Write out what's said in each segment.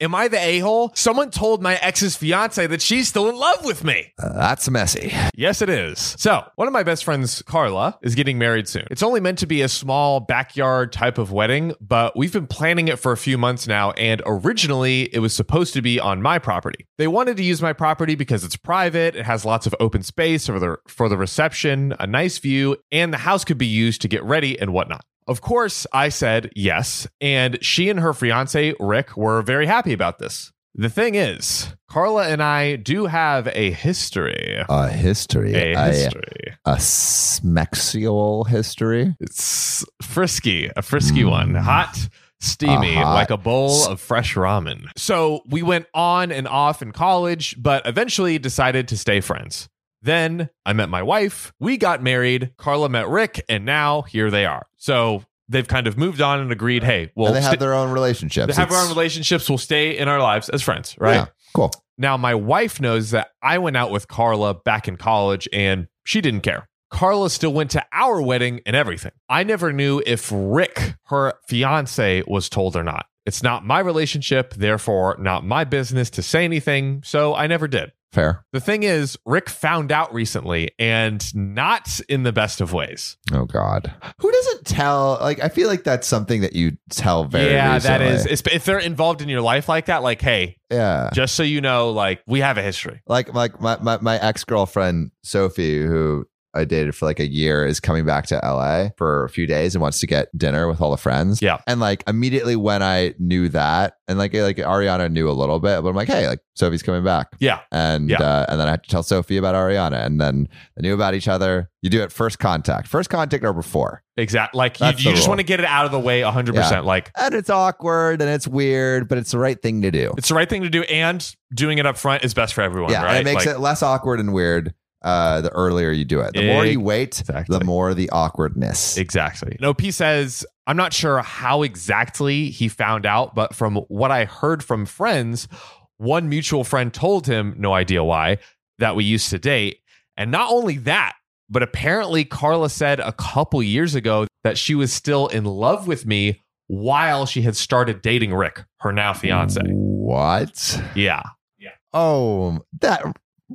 Am I the a hole? Someone told my ex's fiance that she's still in love with me. Uh, that's messy. Yes, it is. So, one of my best friends, Carla, is getting married soon. It's only meant to be a small backyard type of wedding, but we've been planning it for a few months now. And originally, it was supposed to be on my property. They wanted to use my property because it's private, it has lots of open space for the, for the reception, a nice view, and the house could be used to get ready and whatnot. Of course, I said yes, and she and her fiance, Rick, were very happy about this. The thing is, Carla and I do have a history. A history. A history. A, a smexial history. It's frisky, a frisky Mm. one. Hot, steamy, Uh-huh. like a bowl of fresh ramen. So we went on and off in college, but eventually decided to stay friends. Then I met my wife. We got married. Carla met Rick, and now here they are. So they've kind of moved on and agreed, hey, well, and they have sti- their own relationships. they have our own It's- relationships. We'll stay in our lives as friends, right? Yeah, cool. Now, my wife knows that I went out with Carla back in college and she didn't care. Carla still went to our wedding and everything. I never knew if Rick, her fiance, was told or not. It's not my relationship, therefore, not my business to say anything, so I never did. Fair. The thing is, Rick found out recently and not in the best of ways. Oh God. Who doesn't tell? Like, I feel like that's something that you tell very. yeah, that is. recently. it's- If they're involved in your life like that, like, hey, Yeah. just so you know, like, we have a history. Like, like my my, my ex girlfriend Sophie, who I dated for like a year, is coming back to LA for a few days and wants to get dinner with all the friends. Yeah. And like immediately when I knew that, and like like Ariana knew a little bit, but I'm like, hey, like Sophie's coming back. Yeah. and Yeah. uh, and then I had to tell Sophie about Ariana, and then they knew about each other. You do it first contact, first contact or before, Exactly. Like you, That's you the just rule. want to get it out of the way 100%. Yeah. Like and it's awkward and it's weird, but it's the right thing to do. it's the right thing to do and doing it up front is best for everyone, yeah, right? and it makes Like, it less awkward and weird. Uh, the earlier you do it, the more you wait, Exactly. the more the awkwardness. Exactly. No, P says, I'm not sure how exactly he found out, but from what I heard from friends, one mutual friend told him, no idea why, that we used to date. And not only that, but apparently Carla said a couple years ago that she was still in love with me while she had started dating Rick, her now fiance. What? Yeah. Oh, that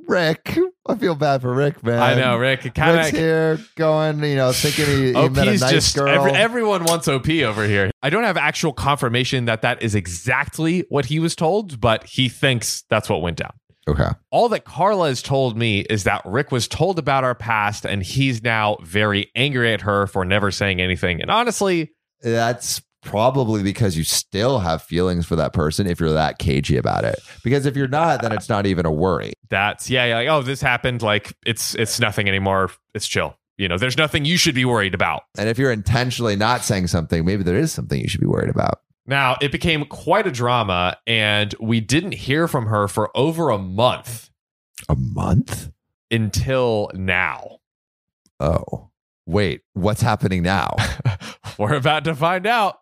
Rick. I feel bad for Rick, man. I know, Rick. It kind Um, Rick's of here going, you know, thinking he, he met a OP's nice just girl. every, everyone wants OP over here. I don't have actual confirmation that that is exactly what he was told, but he thinks that's what went down. okay. All that Carla has told me is that Rick was told about our past and he's now very angry at her for never saying anything. And honestly, that's probably because you still have feelings for that person if you're that cagey about it. Because if you're not, then it's not even a worry. that's yeah, yeah, like oh, this happened like it's it's nothing anymore. It's chill. You know, there's nothing you should be worried about. And if you're intentionally not saying something, maybe there is something you should be worried about. Now, it became quite a drama and we didn't hear from her for over a month A month? until now. Oh, wait, what's happening now? We're about to find out.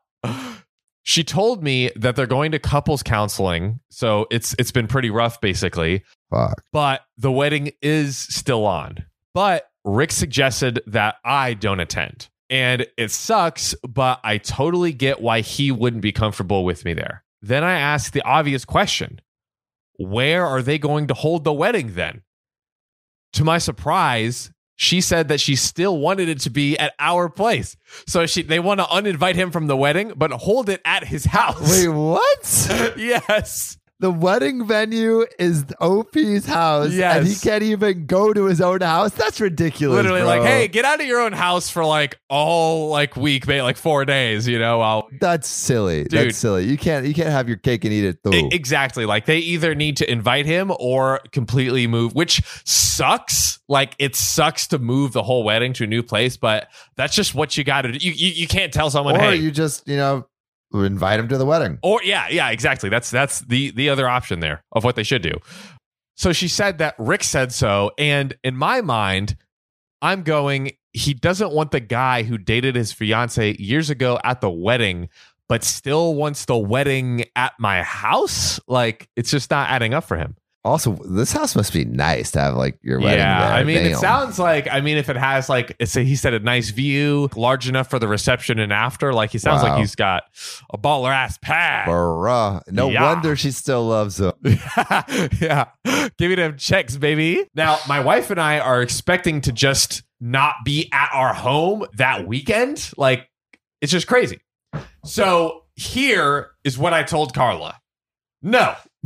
She told me that they're going to couples counseling, so it's it's been pretty rough basically, Fuck. but the wedding is still on. But Rick suggested that I don't attend. And it sucks, but I totally get why he wouldn't be comfortable with me there. Then I asked the obvious question. Where are they going to hold the wedding then? To my surprise, she said that she still wanted it to be at our place. So she they want to uninvite him from the wedding, but hold it at his house. Wait, what? yes. The wedding venue is OP's house, and Yes. he can't even go to his own house. That's ridiculous. Literally bro. like, hey, get out of your own house for like all like week, mate, like four days, you know, while that's silly. Dude. That's silly. You can't. You can't have your cake and eat it. Though. E- exactly. Like they either need to invite him or completely move, which sucks. Like it sucks to move the whole wedding to a new place, but that's just what you got to do. You, you you can't tell someone, or hey, you just, you know, invite him to the wedding. or yeah, yeah, exactly. That's that's the the other option there of what they should do. So she said that Rick said so, and in my mind, I'm going. He doesn't want the guy who dated his fiance years ago at the wedding, but still wants the wedding at my house. Like it's just not adding up for him. Also, this house must be nice to have like your wedding. yeah, there. I mean, it Damn. sounds like I mean, if it has like it's a, he said a nice view, large enough for the reception and after, like he sounds like Wow. he's got a baller ass pad. Bruh. No Yeah. wonder she still loves him. yeah, give me them checks, baby. Now, my wife and I are expecting to just not be at our home that weekend. Like, it's just crazy. So here is what I told Carla. No.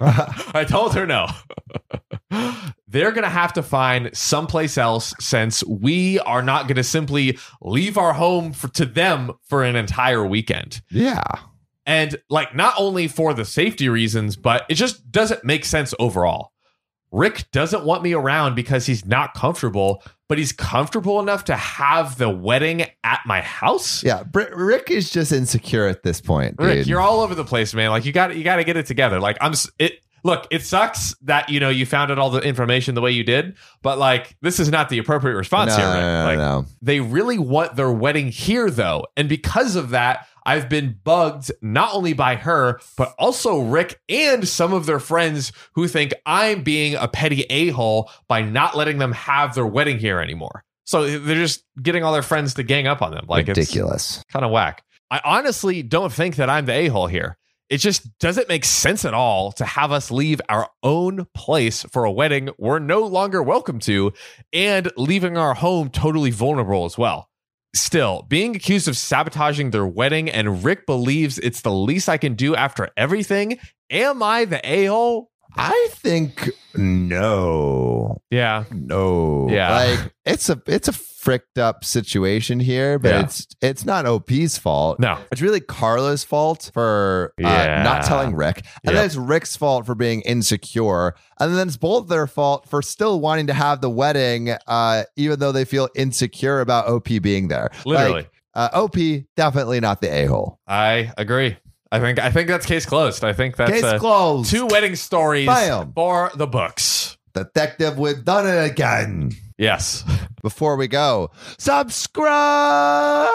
I told her no. They're going to have to find someplace else since we are not going to simply leave our home for, to them for an entire weekend. yeah. And like, not only for the safety reasons, but it just doesn't make sense overall. Rick doesn't want me around because he's not comfortable, but he's comfortable enough to have the wedding at my house. Yeah. Br- Rick is just insecure at this point. Dude. Rick, you're all over the place, man. Like you got you got to get it together. Like I'm s- it. Look, it sucks that you know you found out all the information the way you did, but like this is not the appropriate no, response no, here. Rick. no, like no. they really want their wedding here though, and because of that, I've been bugged not only by her but also Rick and some of their friends who think I'm being a petty a hole by not letting them have their wedding here anymore. So they're just getting all their friends to gang up on them. Like it's ridiculous. kind of whack. I honestly don't think that I'm the a hole here. It just doesn't make sense at all to have us leave our own place for a wedding we're no longer welcome to and leaving our home totally vulnerable as well. Still, being accused of sabotaging their wedding and Rick believes it's the least I can do after everything. Am I the a hole? I think no, Yeah. no. Yeah. Like it's a it's a fricked up situation here, but Yeah. it's it's not OP's fault. No. It's really Carla's fault for uh, Yeah. not telling Rick, Yep. and then it's Rick's fault for being insecure, and then it's both their fault for still wanting to have the wedding, uh, even though they feel insecure about OP being there. Literally. Like, uh, OP definitely not the a hole. I agree. I think I think that's case closed. I think that's Case uh, closed. two wedding stories Bam. for the books. Detective, we've done it again. Yes. before we go, subscribe.